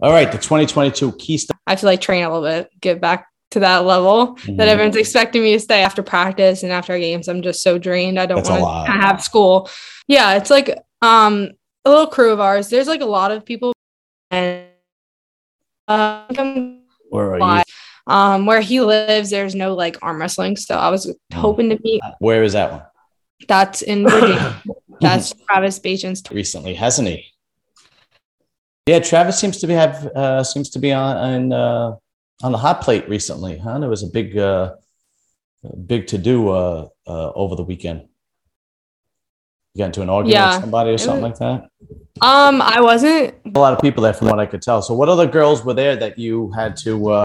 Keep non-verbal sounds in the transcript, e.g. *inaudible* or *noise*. All right, the 2022 Keystone. I have to like train a little bit, get back to that level Mm-hmm. that everyone's expecting me to stay after practice and after games. I'm just so drained. I don't That's a want lot. to have school. Yeah, it's like um a little crew of ours. There's like a lot of people and uh, I think I'm Where are why. um where he lives, there's no like arm wrestling. So I Mm. was hoping to meet you? Where is that one? that's in *coughs* Virginia. that's Travis Bachan's recently, hasn't he? Yeah, Travis seems to be have uh, seems to be on on, uh, on the hot plate recently. Huh? There was a big uh, big to do uh, uh, over the weekend. You got into an argument Yeah. with somebody or It something was- like that. Um, I wasn't A lot of people there, from what I could tell. So, what other girls were there that you had to uh,